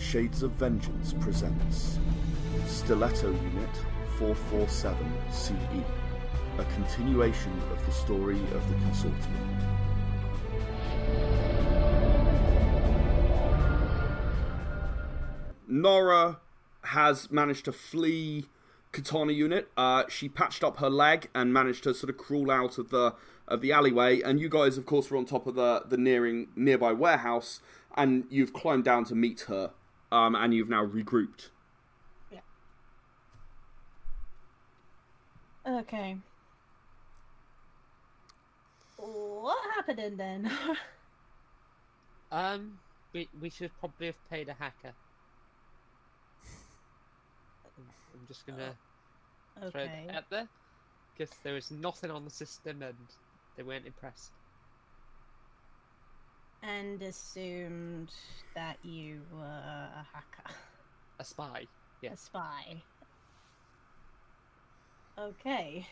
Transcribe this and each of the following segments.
Shades of Vengeance presents Stiletto Unit 447 CE, E, a continuation of the story of the Consortium. Nora has managed to flee Katana Unit. Uh, she patched up her leg and managed to sort of crawl out of the of the alleyway. And you guys, of course, were on top of the the nearing nearby warehouse, and you've climbed down to meet her. Um, and you've now regrouped. Okay. What happened then? Um, we, we should probably have paid a hacker. I'm, I'm just gonna Oh, throw okay. that out there because there is nothing on the system and they weren't impressed. And assumed that you were a hacker, A spy. a Yes. spy. Okay.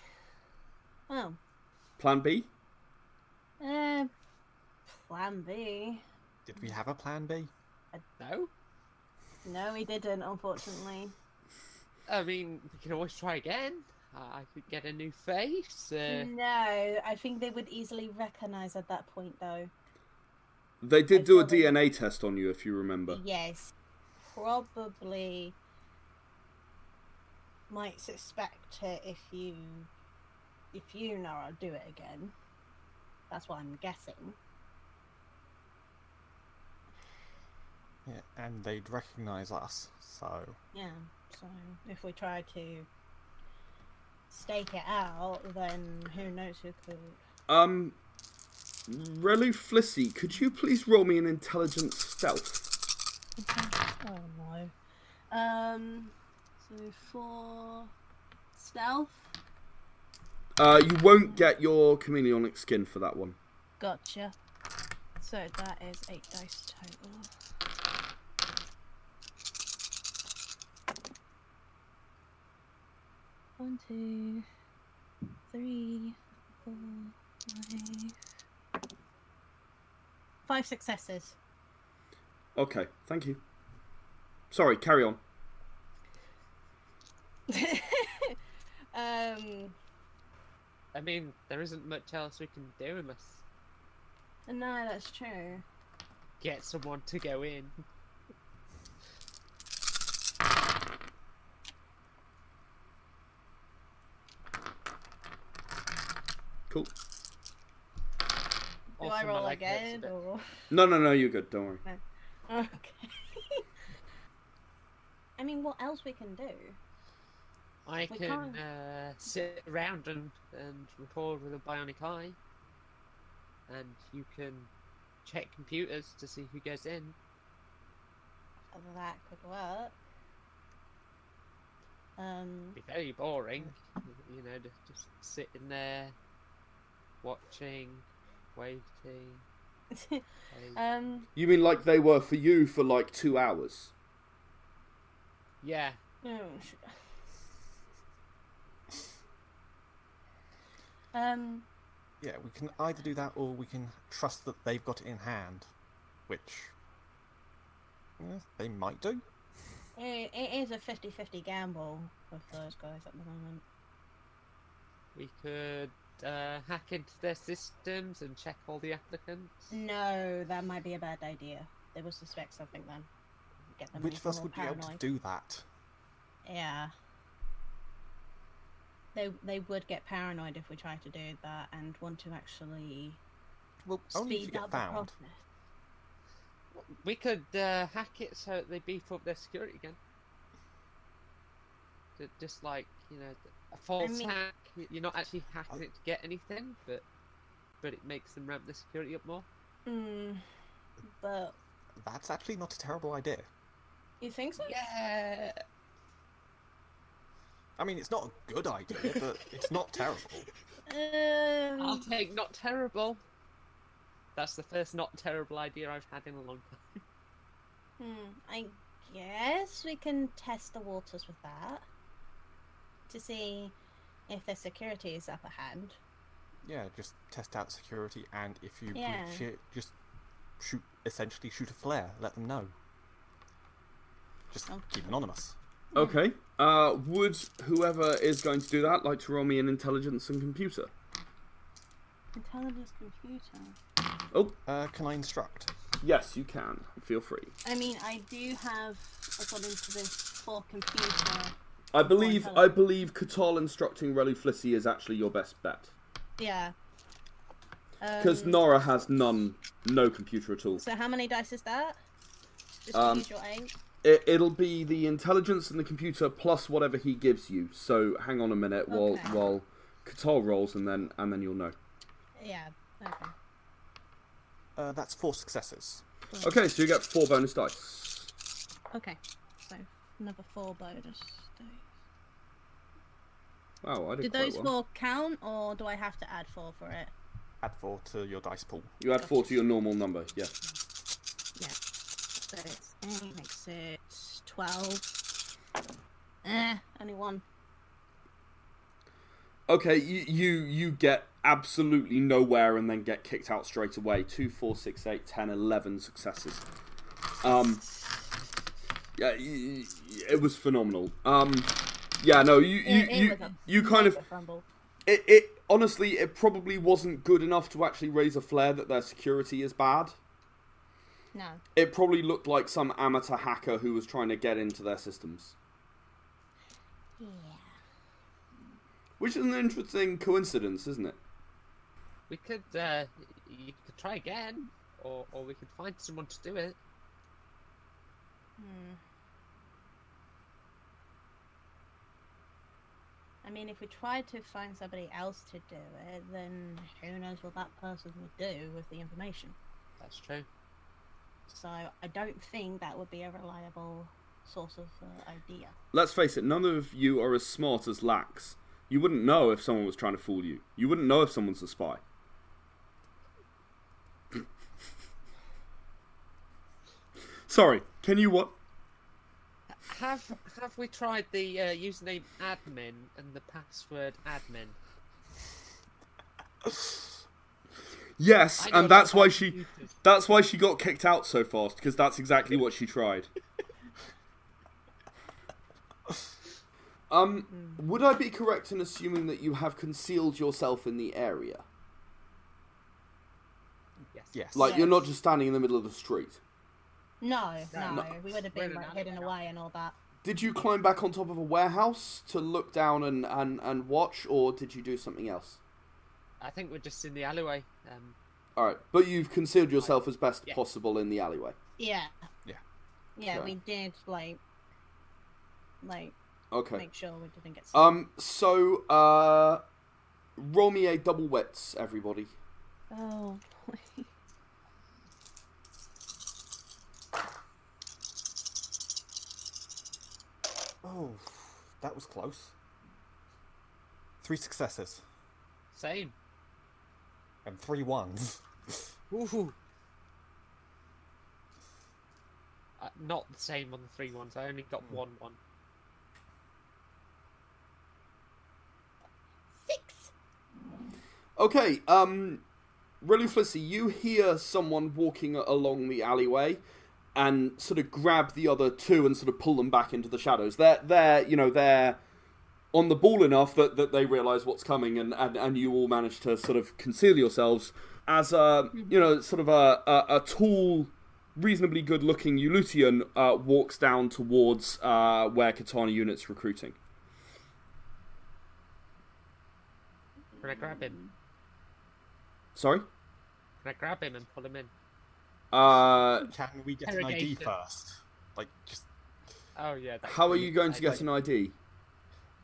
Well, Plan B. uh, plan B. Did we have a plan B? No. No, we didn't, unfortunately. I mean, we can always try again. I, I could get a new face. Uh, Hmm. No, I think they would easily recognize at that point, though. They I did do a saw they- DNA test on you, if you remember. Yes, probably might suspect it if you if you know I'll do it again. That's what I'm guessing. Yeah, and they'd recognise us, so. Yeah. So if we try to stake it out, then who knows who could. Um, Relu Flissy, could you please roll me an intelligence stealth? Oh no. Um. So for stealth, Uh, you won't get your chameleonic skin for that one. gotcha. So that is eight dice total. One, two, three, four, five. Five successes. Okay, thank you. Sorry, carry on. um, I mean, there isn't much else we can do unless no, that's true. get someone to go in. Cool. Do Also, I my roll leg hurts a again? bit. Or... No, no, no, you're good. Don't worry. Okay. I mean, what else we can do? I We can can't. uh, sit around and, and record with a bionic eye. And you can check computers to see who goes in. That could work. Um, It'd be very boring, you know, to just sitting there watching, waiting. waiting. um, You mean like they were for you for like two hours? yeah, no. sh- Um, Yeah, we can either do that or we can trust that they've got it in hand, which. yeah, they might do. it, it is a 50 50 gamble with those guys at the moment. we could uh, hack into their systems and check all the applicants. No, that might be a bad idea. They will suspect something then. Get them Which even of us more would be able paranoid. to do that? Yeah. They they would get paranoid if we tried to do that and want to actually Well, only if you speed get up the found. process. We could uh, hack it so that they beef up their security again. Ju- Just like you know, a false mean- hack. y- You're not actually hacking it to get anything, but but it makes them ramp the security up more. Mm, but That's actually not a terrible idea. you think so? Yeah. I mean, it's not a good idea, but it's not terrible. I'll Um, take not terrible. That's the first not terrible idea I've had in a long time. hmm, I guess we can test the waters with that to see if their security is upper hand. Yeah, just test out security, and if you Yeah. breach it, just shoot. Essentially, shoot a flare. Let them know. Just Oh. keep anonymous. Okay. Uh, would whoever is going to do that like to roll me an intelligence and computer? Intelligence computer. Oh, Uh, can I instruct? yes, you can. Feel free. I mean, I do have, according to this, for computer. I believe I intelligence. believe Catal instructing Relly Flissy is actually your best bet Yeah. because Um, Nora has none, no computer at all. So how many dice is that? Just Um, use your eight. It, it'll be the intelligence and the computer plus whatever he gives you. So hang on a minute while Okay. while Catal rolls and then and then you'll know. Yeah. Okay. Uh, that's four successes. Okay, so you get four bonus dice. Okay. So another four bonus. dice. Wow, I did, Did quite those well. four count, or do I have to add four for it? Add four to your dice pool. You add four to your normal number. Yeah. Yeah. So it's eight makes it twelve. Eh, only one. Okay, you, you you get absolutely nowhere and then get kicked out straight away. Two, four, six, eight, ten, eleven successes. Um, yeah, y- y- it was phenomenal. Um, yeah, no, you you It- it you, Eh, was a you kind of mega fumble. it, it honestly it probably wasn't good enough to actually raise a flare that their security is bad. No. It probably looked like some amateur hacker who was trying to get into their systems, Yeah. which is an interesting coincidence, isn't it? We could, uh, you could try again, or, or we could find someone to do it. Hmm. I mean, if we tried to find somebody else to do it, then who knows what that person would do with the information. That's true. So I don't think that would be a reliable source of uh, idea. Let's face it, none of you are as smart as Lax. You wouldn't know if someone was trying to fool you. You wouldn't know if someone's a spy. Sorry, can you what? Have have we tried the uh, username admin and the password admin? Yes, I know and that's about why she computers. that's why she got kicked out so fast because that's exactly what she tried. Um, Hmm. would I be correct in assuming that you have concealed yourself in the area? Yes. Yes. Like you're Yes. not just standing in the middle of the street. No, no, No. we would have We're been in like, an hidden alleyway. away and all that. Did you climb back on top of a warehouse to look down and, and, and watch, or did you do something else? I think we're just in the alleyway. Um, All right, but you've concealed yourself as best Yeah. possible in the alleyway. Yeah. Yeah. Yeah, Okay. we did like, like Okay. make sure we didn't get. Um, Um. So, uh, roll me a double wets, everybody. oh boy. Oh, that was close. Three successes same. and three ones. Woohoo. Uh, not the same on the three ones. I only Hmm. got one one. Six. Okay. Um, really, Flissy, you hear someone walking along the alleyway, and sort of grab the other two and sort of pull them back into the shadows. They're they're you know they're on the ball enough that, that they realise what's coming, and, and, and you all manage to sort of conceal yourselves as a you know sort of a a, a tall, reasonably good looking Ulutian uh, walks down towards uh, where Katana units recruiting. Can I grab him? Sorry. Can I grab him and pull him in? Uh, Can we get an ID Interrogation. first? Like just Oh yeah. that how are would be- you going to I- get an ID?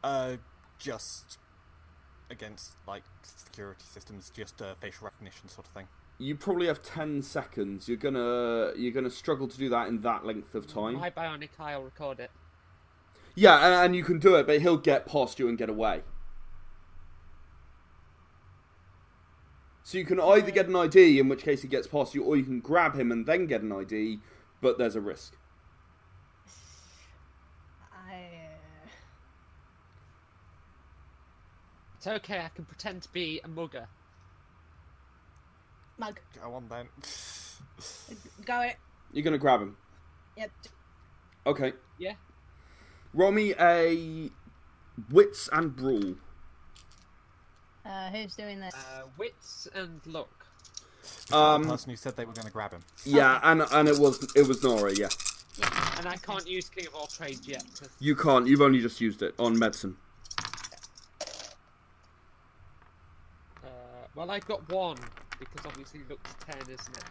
uh just against like security systems, just uh, facial recognition sort of thing. You probably have ten seconds. You're gonna you're gonna struggle to do that in that length of time. My bionic eye will record it. Yeah, and, and you can do it, but he'll get past you and get away. So you can either get an ID, in which case he gets past you, or you can grab him and then get an ID, but there's a risk. I. uh, It's okay. I can pretend to be a mugger. Mug. Go on then. Go it. You're gonna grab him. Yep. Okay. Yeah. Roll me a wits and brawl. Uh, who's doing this? Uh, wits and luck. Um, the person who said they were going to grab him. Yeah, and and it was it was Nora. Yeah, And I can't use King of All Trades yet. 'cause- you can't. You've only just used it on medicine. Uh, well, I got one because obviously luck's ten, isn't it?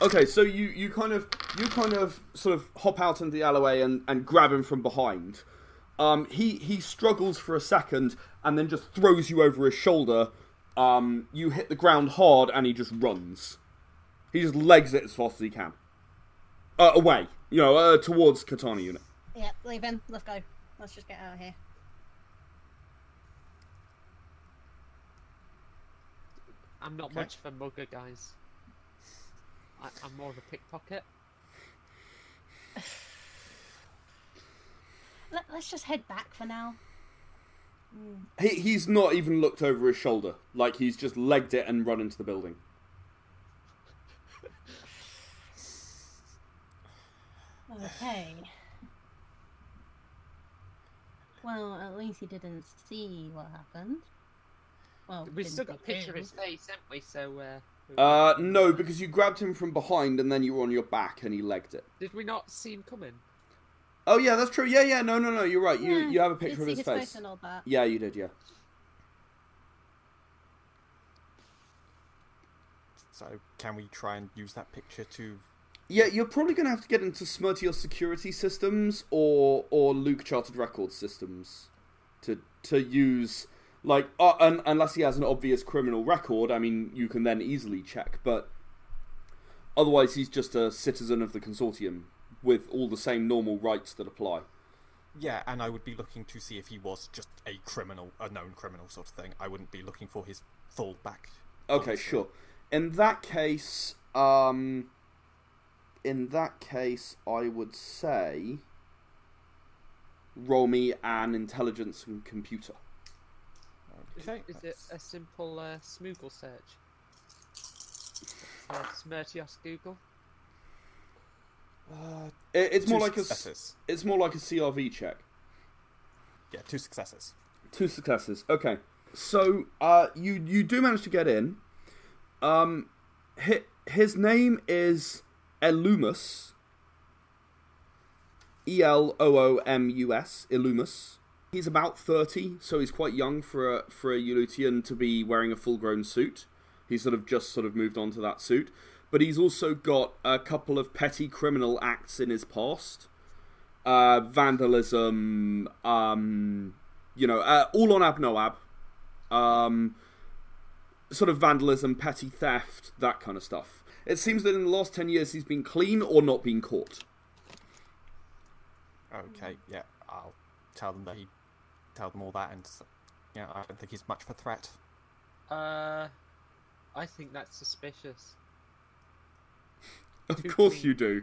Okay, so you, you kind of you kind of sort of hop out into the alleyway and, and grab him from behind. Um, he he struggles for a second and then just throws you over his shoulder. Um, you hit the ground hard and he just runs. He just legs it as fast as he can. Uh, away, you know, uh, towards Katana unit. Yeah, leave him. Let's go. Let's just get out of here. I'm not Okay. much of a mugger, guys. I, I'm more of a pickpocket. Let, let's just head back for now. He he's not even looked over his shoulder, like he's just legged it and run into the building. Okay. Well, at least he didn't see what happened. Well, We've didn't still got a see picture of his him. face, haven't we? So, uh, Uh, no, because you grabbed him from behind and then you were on your back and he legged it. did we not see him coming? Oh yeah, that's true. Yeah, yeah. No, no, no. You're right. You Yeah, you have a did picture of see his, face. and all that. Yeah, you did. Yeah. So can we try and use that picture to? Yeah, you're probably going to have to get into Smurtiel security systems or or Luke chartered record systems to to use like uh, un, unless he has an obvious criminal record. I mean, you can then easily check, but otherwise he's just a citizen of the consortium with all the same normal rights that apply. Yeah, and I would be looking to see if he was just a criminal, a known criminal sort of thing. I wouldn't be looking for his full back. Okay, sure. In that case, um, in that case, I would say roll me an intelligence and computer. Is, Okay, is it that's- a simple uh, Smoogle search? Uh, Smertios Google. uh, It, it's more two like a s- successes. it's more like a CRV check. Yeah, two successes. Two successes. Okay. So uh, you you do manage to get in. Um, hi his name is Elumus. E L O O M U S. Elumus. He's about thirty, so he's quite young for a for a Eulutian to be wearing a full grown suit. He's sort of just sort of moved on to that suit, but he's also got a couple of petty criminal acts in his past. Uh, vandalism, um, you know, uh, all on Abnoab. Um, sort of vandalism, petty theft, that kind of stuff. It seems that in the last 10 years he's been clean or not been caught. Okay, Hmm. yeah, I'll tell them that he, tell them all that, and s- yeah, I don't think he's much of a threat. Uh, I think that's suspicious. Of Too course clean. you do.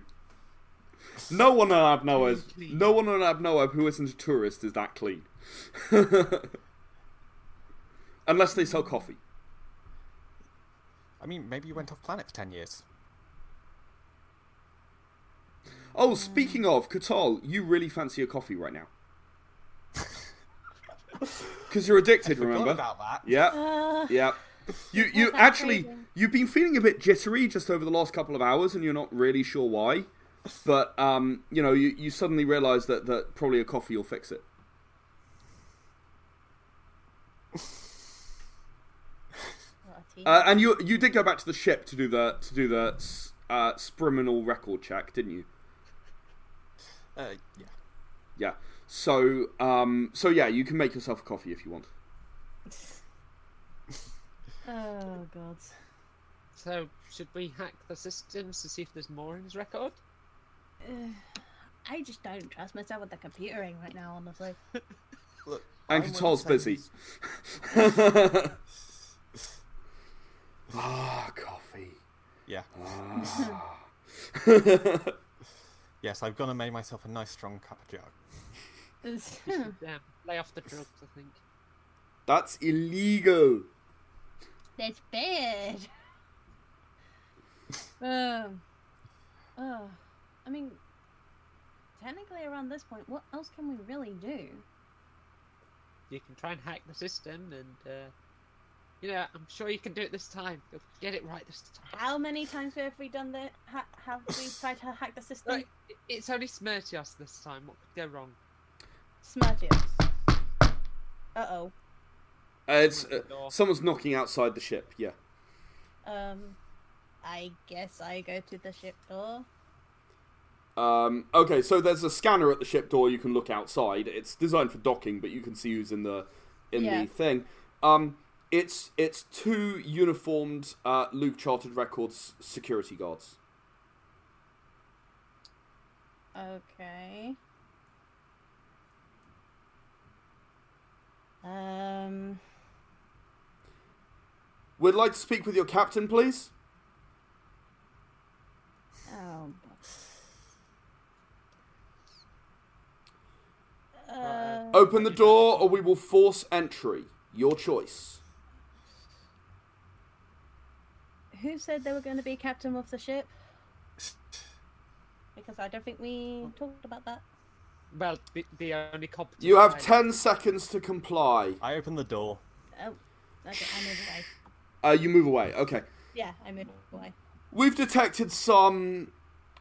No one on Abnoab, is, Too clean. no one on Abnoab who isn't a tourist is that clean. Unless they sell coffee. I mean, maybe you went off planet for ten years. Oh, speaking of, Katal, you really fancy a coffee right now. Because you're addicted, remember? Forgot about that. Yeah. Uh, Yeah. You you That's actually outrageous. you've been feeling a bit jittery just over the last couple of hours and you're not really sure why. But um, you know, you, you suddenly realise that, that probably a coffee will fix it. what a tease. Uh, and you you did go back to the ship to do the to do the s- uh, Spriminal record check, didn't you? Uh, yeah. Yeah. So um, so yeah, you can make yourself a coffee if you want. oh god. So, should we hack the systems to see if there's more in his record? I just don't trust myself with the computering right now, honestly. Look, And I wouldn't Katal's say busy. he's- ah, coffee. Yeah. Ah. Yes, I've gone and made myself a nice strong cup of joe. We should, um, lay off the drugs, I think. That's illegal. That's bad. Um. Oh, I mean, technically, around this point, what else can we really do? You can try and hack the system, and uh, you know, I'm sure you can do it this time. You'll get it right this time. How many times have we done the? Ha- have we tried to hack the system? Right. It's only Smirtios this time. What could go wrong? Smirtius. Uh oh. Uh, it's, Open the uh, door. someone's knocking outside the ship. Yeah. Um, I guess I go to the ship door. Um, okay, so there's a scanner at the ship door. You can look outside. It's designed for docking, but you can see who's in the in Yeah. the thing. Um, it's it's two uniformed uh, Luke Chartered Records security guards. Okay. Um, We'd like to speak with your captain, please. oh. bo- Right, Uh, Open the door, or we will force entry. Your choice. who said they were going to be captain of the ship? Because I don't think we talked about that. Well, the, the only competent. You have pilot. ten seconds to comply. I open the door. Oh, okay, I move away. Uh, you move away. Okay. Yeah, I move away. We've detected some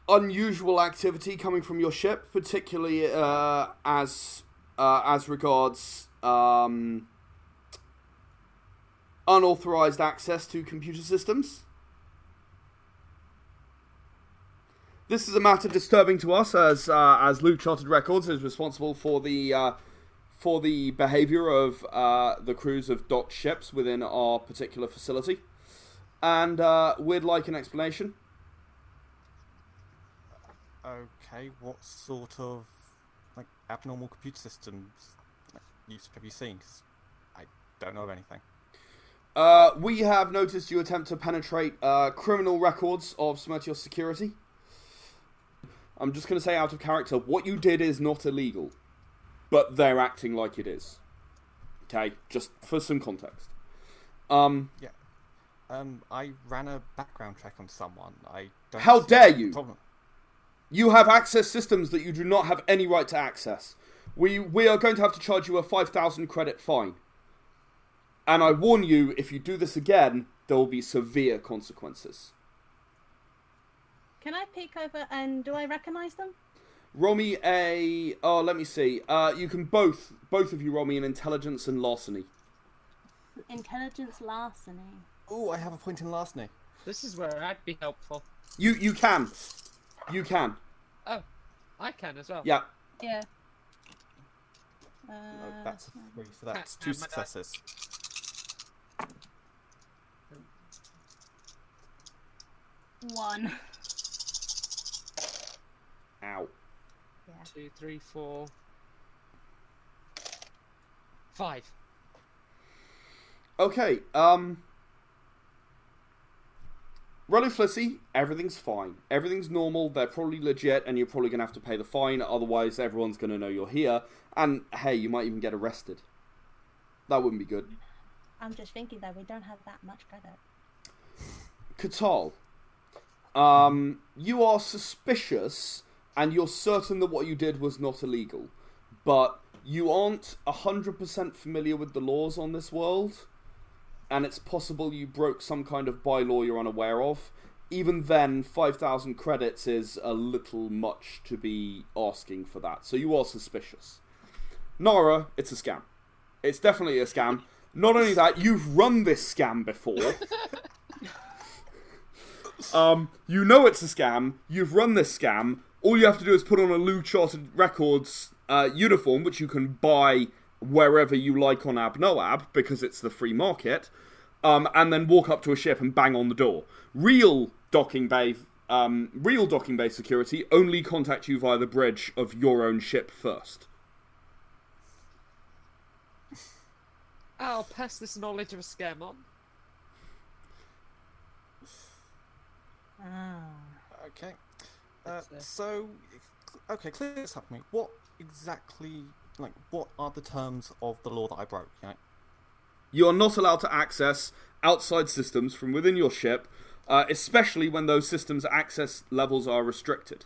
unusual activity coming from your ship, particularly uh, as uh, as regards um, unauthorized access to computer systems. This is a matter disturbing to us, as uh, as Luke Chartered Records is responsible for the uh, for the behaviour of uh, the crews of docked ships within our particular facility, and uh, we'd like an explanation. Okay, what sort of like abnormal computer systems like, use have you seen? 'Cause I don't know of anything. Uh, we have noticed you attempt to penetrate uh, criminal records of Smertios Security. I'm just going to say out of character, what you did is not illegal, but they're acting like it is. Okay, just for some context. Um, Yeah. Um, I ran a background check on someone. I don't. How see dare the you! Problem. you have access systems that you do not have any right to access. We we are going to have to charge you a five thousand credit fine. And I warn you, if you do this again, there will be severe consequences. Can I peek over and do I recognize them? Roll me a. Oh, let me see. Uh, you can both both of you roll me an intelligence and larceny. Intelligence larceny. Oh, I have a point in last name. This is where I'd be helpful. You you can, you can. Oh, I can as well. Yeah. Yeah. Uh, No, that's a three, so that's two um, my dad- successes. one. Ow. Two, three, four, five. Okay. Um. Rolly Flissy, everything's fine. Everything's normal. They're probably legit, and you're probably gonna have to pay the fine. Otherwise, everyone's gonna know you're here. And hey, you might even get arrested. That wouldn't be good. I'm just thinking that we don't have that much credit. Katal, um, you are suspicious and you're certain that what you did was not illegal, but you aren't 100% familiar with the laws on this world, and it's possible you broke some kind of bylaw you're unaware of. Even then, 5,000 credits is a little much to be asking for that, so you are suspicious. Nara, it's a scam. It's definitely a scam. Not only that, you've run this scam before. Um, you know it's a scam. You've run this scam. All you have to do is put on a Lou Chartered Records uh, uniform, which you can buy wherever you like on Abnoab because it's the free market, um, and then walk up to a ship and bang on the door. Real docking bay, um, real docking bay security only contact you via the bridge of your own ship first. I'll pass this knowledge of a scam on. Ah. Okay. Uh, That's, uh, so, okay, clear this up for me. What exactly, like, what are the terms of the law that I broke? Like, You are not allowed to access outside systems from within your ship, uh, especially when those systems' access levels are restricted.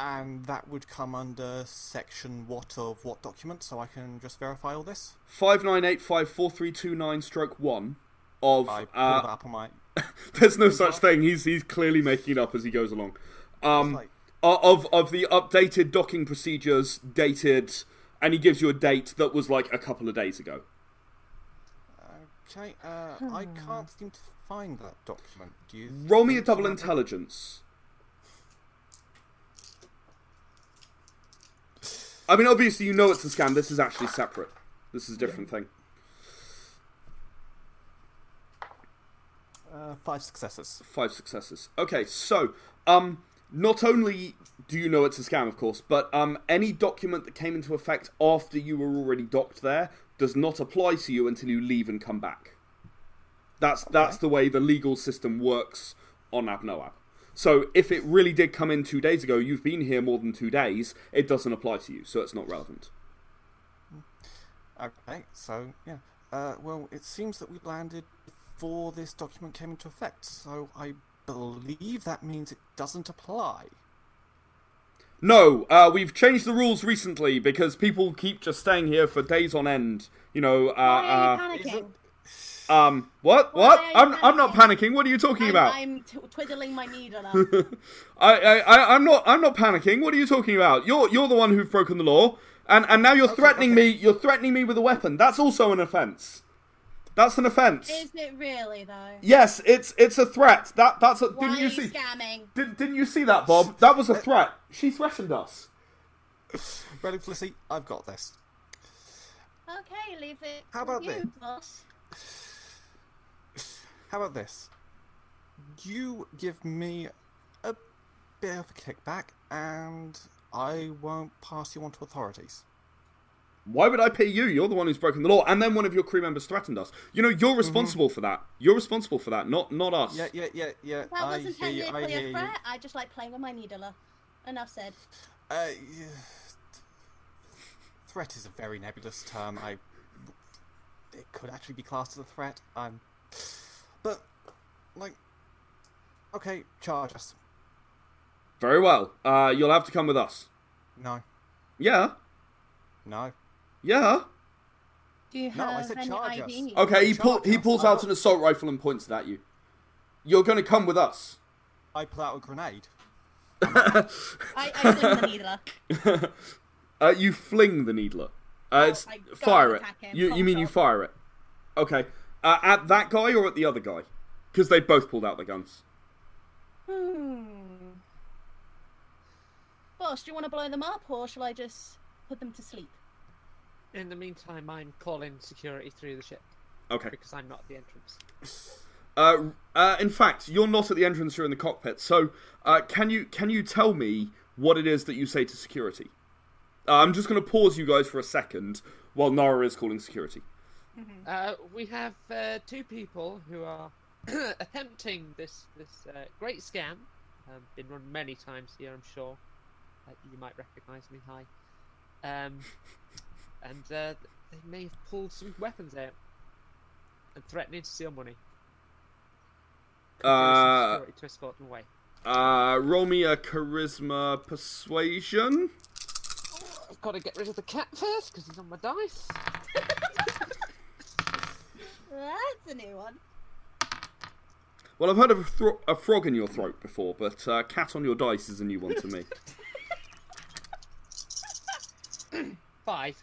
and that would come under section what of what document, so I can just verify all this. Five nine eight five four three two nine stroke one of I pulled that uh, up on my. there's no such thing. He's he's clearly making it up as he goes along. Um, Like, o- of of the updated docking procedures dated, and he gives you a date that was like a couple of days ago. okay, uh, I can't seem to find that document. Do you? Roll me a think double you- intelligence. I mean, obviously you know it's a scam. This is actually separate. This is a different thing. Uh, five successes. Five successes. Okay, so um, not only do you know it's a scam, of course, but um, any document that came into effect after you were already docked there does not apply to you until you leave and come back. That's that's the way the legal system works on Abnoab. So if it really did come in two days ago, you've been here more than two days. It doesn't apply to you, so it's not relevant. Okay, so yeah. Uh, well, it seems that we landed before this document came into effect, so I believe that means it doesn't apply. No, uh, we've changed the rules recently because people keep just staying here for days on end. You know, uh, uh, Why are you Is panicking? it- Um, what? Why What? are you I'm, I'm not panicking? panicking. What are you talking I'm, about? I'm t- twiddling my needle. now. I, I, I, I'm not, I'm not panicking. What are you talking about? You're, you're the one who's broken the law, and, and now you're threatening okay. me. You're threatening me with a weapon. That's also an offence. That's an offence. Is it really though? Yes, it's, it's a threat. That, that's a. Why Didn't are you you see? scamming? Did, didn't you see that, Bob? That was a threat. She threatened us. Ready, Felicity? I've got this. Okay, leave it. How with about you, then? boss. How about this? You give me a bit of a kickback, and I won't pass you on to authorities. Why would I pay you? You're the one who's broken the law, and then one of your crew members threatened us. You know, you're responsible for that. You're responsible for that, not, not us. Mhm. Yeah, yeah, yeah, yeah. That I wasn't hear you. I technically hear a you. threat. I just like playing with my needler. Enough said. Uh, yeah. Threat is a very nebulous term. I it could actually be classed as a threat. Um, but like, okay, charge us. Very well. Uh, you'll have to come with us. No, Yeah. no. Yeah. Do you have No, I said any charge us. ID? Okay, he, pull, he Charge us. pulls I out will- an assault rifle and points it at you. You're going to come with us. I pull out a grenade. I, I fling the needler. Uh, you fling the needler. Uh, it's, Oh, I go fire it. attack him. You, you Cold mean you shot. fire it? Okay. Uh, at that guy or at the other guy? Because they both pulled out their guns. Hmm. Boss, do you want to blow them up or shall I just put them to sleep? In the meantime, I'm calling security through the ship Okay. because I'm not at the entrance. Uh, uh, in fact, you're not at the entrance. You're in the cockpit. So, uh, can you can you tell me what it is that you say to security? Uh, I'm just going to pause you guys for a second while Nara is calling security. Uh, we have uh, two people who are attempting this this uh, great scam. Um, been run many times here, I'm sure. Uh, you might recognise me. Hi. Um, and uh, they may have pulled some weapons out and threatening to steal money. Could there is some Uh, security to escort them away. uh, roll me a charisma persuasion. I've got to get rid of the cat first because he's on my dice. That's a new one. Well, I've heard of a, thro- a frog in your throat before, but uh, cat on your dice is a new one to me. Five.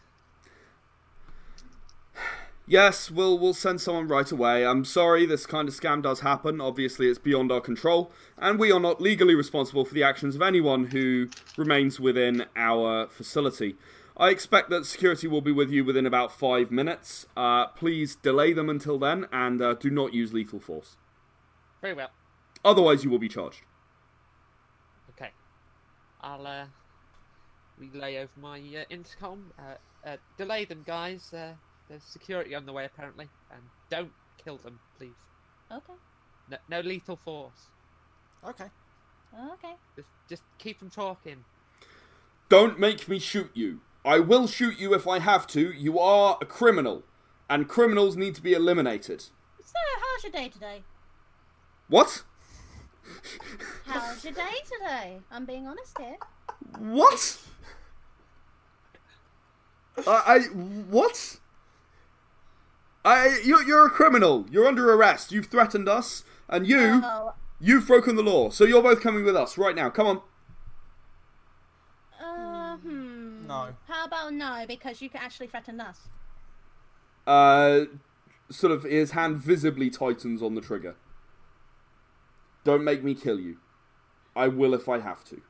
Yes, we'll we'll send someone right away. I'm sorry, this kind of scam does happen. Obviously, it's beyond our control, and we are not legally responsible for the actions of anyone who remains within our facility. I expect that security will be with you within about five minutes. Uh, please delay them until then, and uh, do not use lethal force. Very well. Otherwise, you will be charged. Okay. I'll uh, relay over my uh, intercom. Uh, uh, delay them, guys. Uh, there's security on the way, apparently. And don't kill them, please. Okay. No, no lethal force. Okay. Okay. Just, just keep them talking. Don't make me shoot you. I will shoot you if I have to. You are a criminal, and criminals need to be eliminated. So, how's your day today? What? How's your day today? I'm being honest here. What? I, I what? I you you're a criminal. You're under arrest. You've threatened us, and you Oh, you've broken the law. So you're both coming with us right now. Come on. uh, hmm. No. How about no? Because you can actually threaten us. Uh, sort of his hand visibly tightens on the trigger. Don't make me kill you. I will if I have to.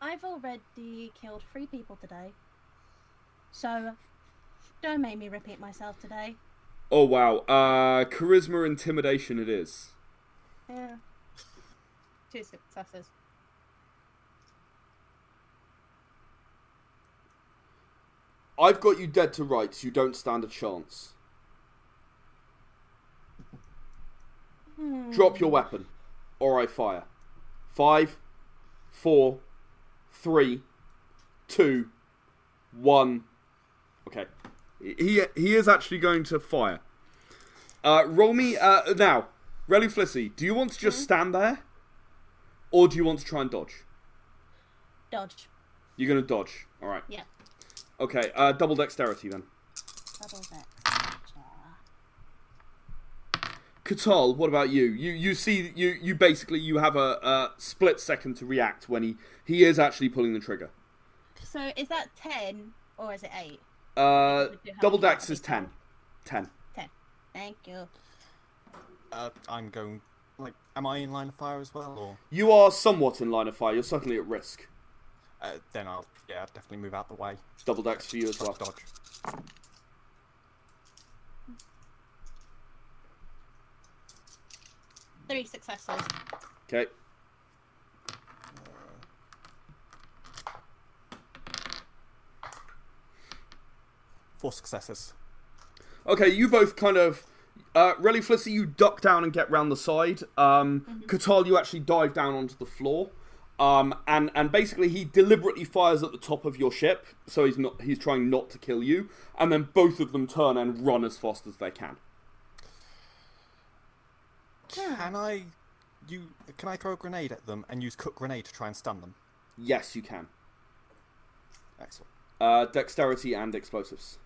I've already killed three people today. So, don't make me repeat myself today. Oh wow. Uh, charisma intimidation. It is. Yeah. Two successes. I've got you dead to rights. You don't stand a chance. Hmm. Drop your weapon, or I fire. Five, four, three, two, one. Okay, he he is actually going to fire. Uh, roll me uh, now, Relu Flissy. Do you want to just Hmm? stand there, or do you want to try and dodge? Dodge. You're gonna dodge. All right. Yeah. Okay. Uh, double dexterity then. Double that. Katal, what about you? You you see you you basically you have a, a split second to react when he he is actually pulling the trigger. So, is that 10 or is it 8? Uh, We do have double to dax be is 10. 10. 10. Thank you. Uh, I'm going. Like, am I in line of fire as well? Or You are somewhat in line of fire. You're certainly at risk. uh, then I'll yeah definitely move out the way. Double dax for you as well. Dodge. Three successes. Okay. Four successes. Okay, you both kind of. Uh, Relly Flissy, you duck down and get round the side. Um, Katal, you actually dive down onto the floor. Um, and, and basically, he deliberately fires at the top of your ship, so he's not he's trying not to kill you. And then both of them turn and run as fast as they can. Can I? You can I throw a grenade at them and use cook grenade to try and stun them? Yes, you can. Excellent. Uh, dexterity and explosives.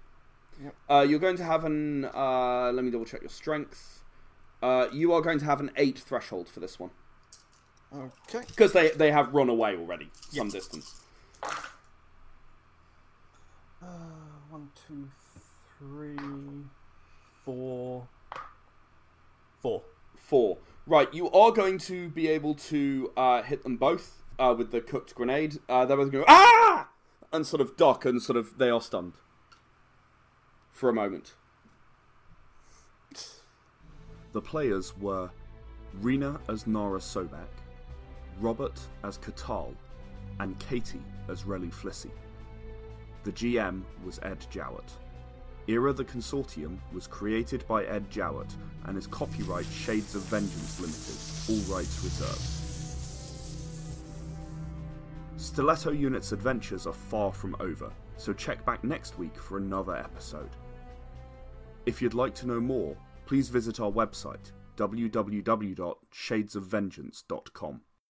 Yep. Uh, you're going to have an. Uh, let me double check your strength. Uh, you are going to have an eight threshold for this one Okay. because they they have run away already some Yes. distance. Uh, one, two, three, four, four. Four. Right, you are going to be able to uh, hit them both uh, with the cooked grenade. Uh, they're both going to go, ah and sort of duck and sort of they are stunned for a moment. The players were Rena as Nara Sobek, Robert as Katal, and Katie as Relu Flissy. The GM was Ed Jowett. Era the Consortium was created by Ed Jowett and is copyright Shades of Vengeance Limited, all rights reserved. Stiletto Unit's adventures are far from over, so check back next week for another episode. If you'd like to know more, please visit our website www.shadesofvengeance.com.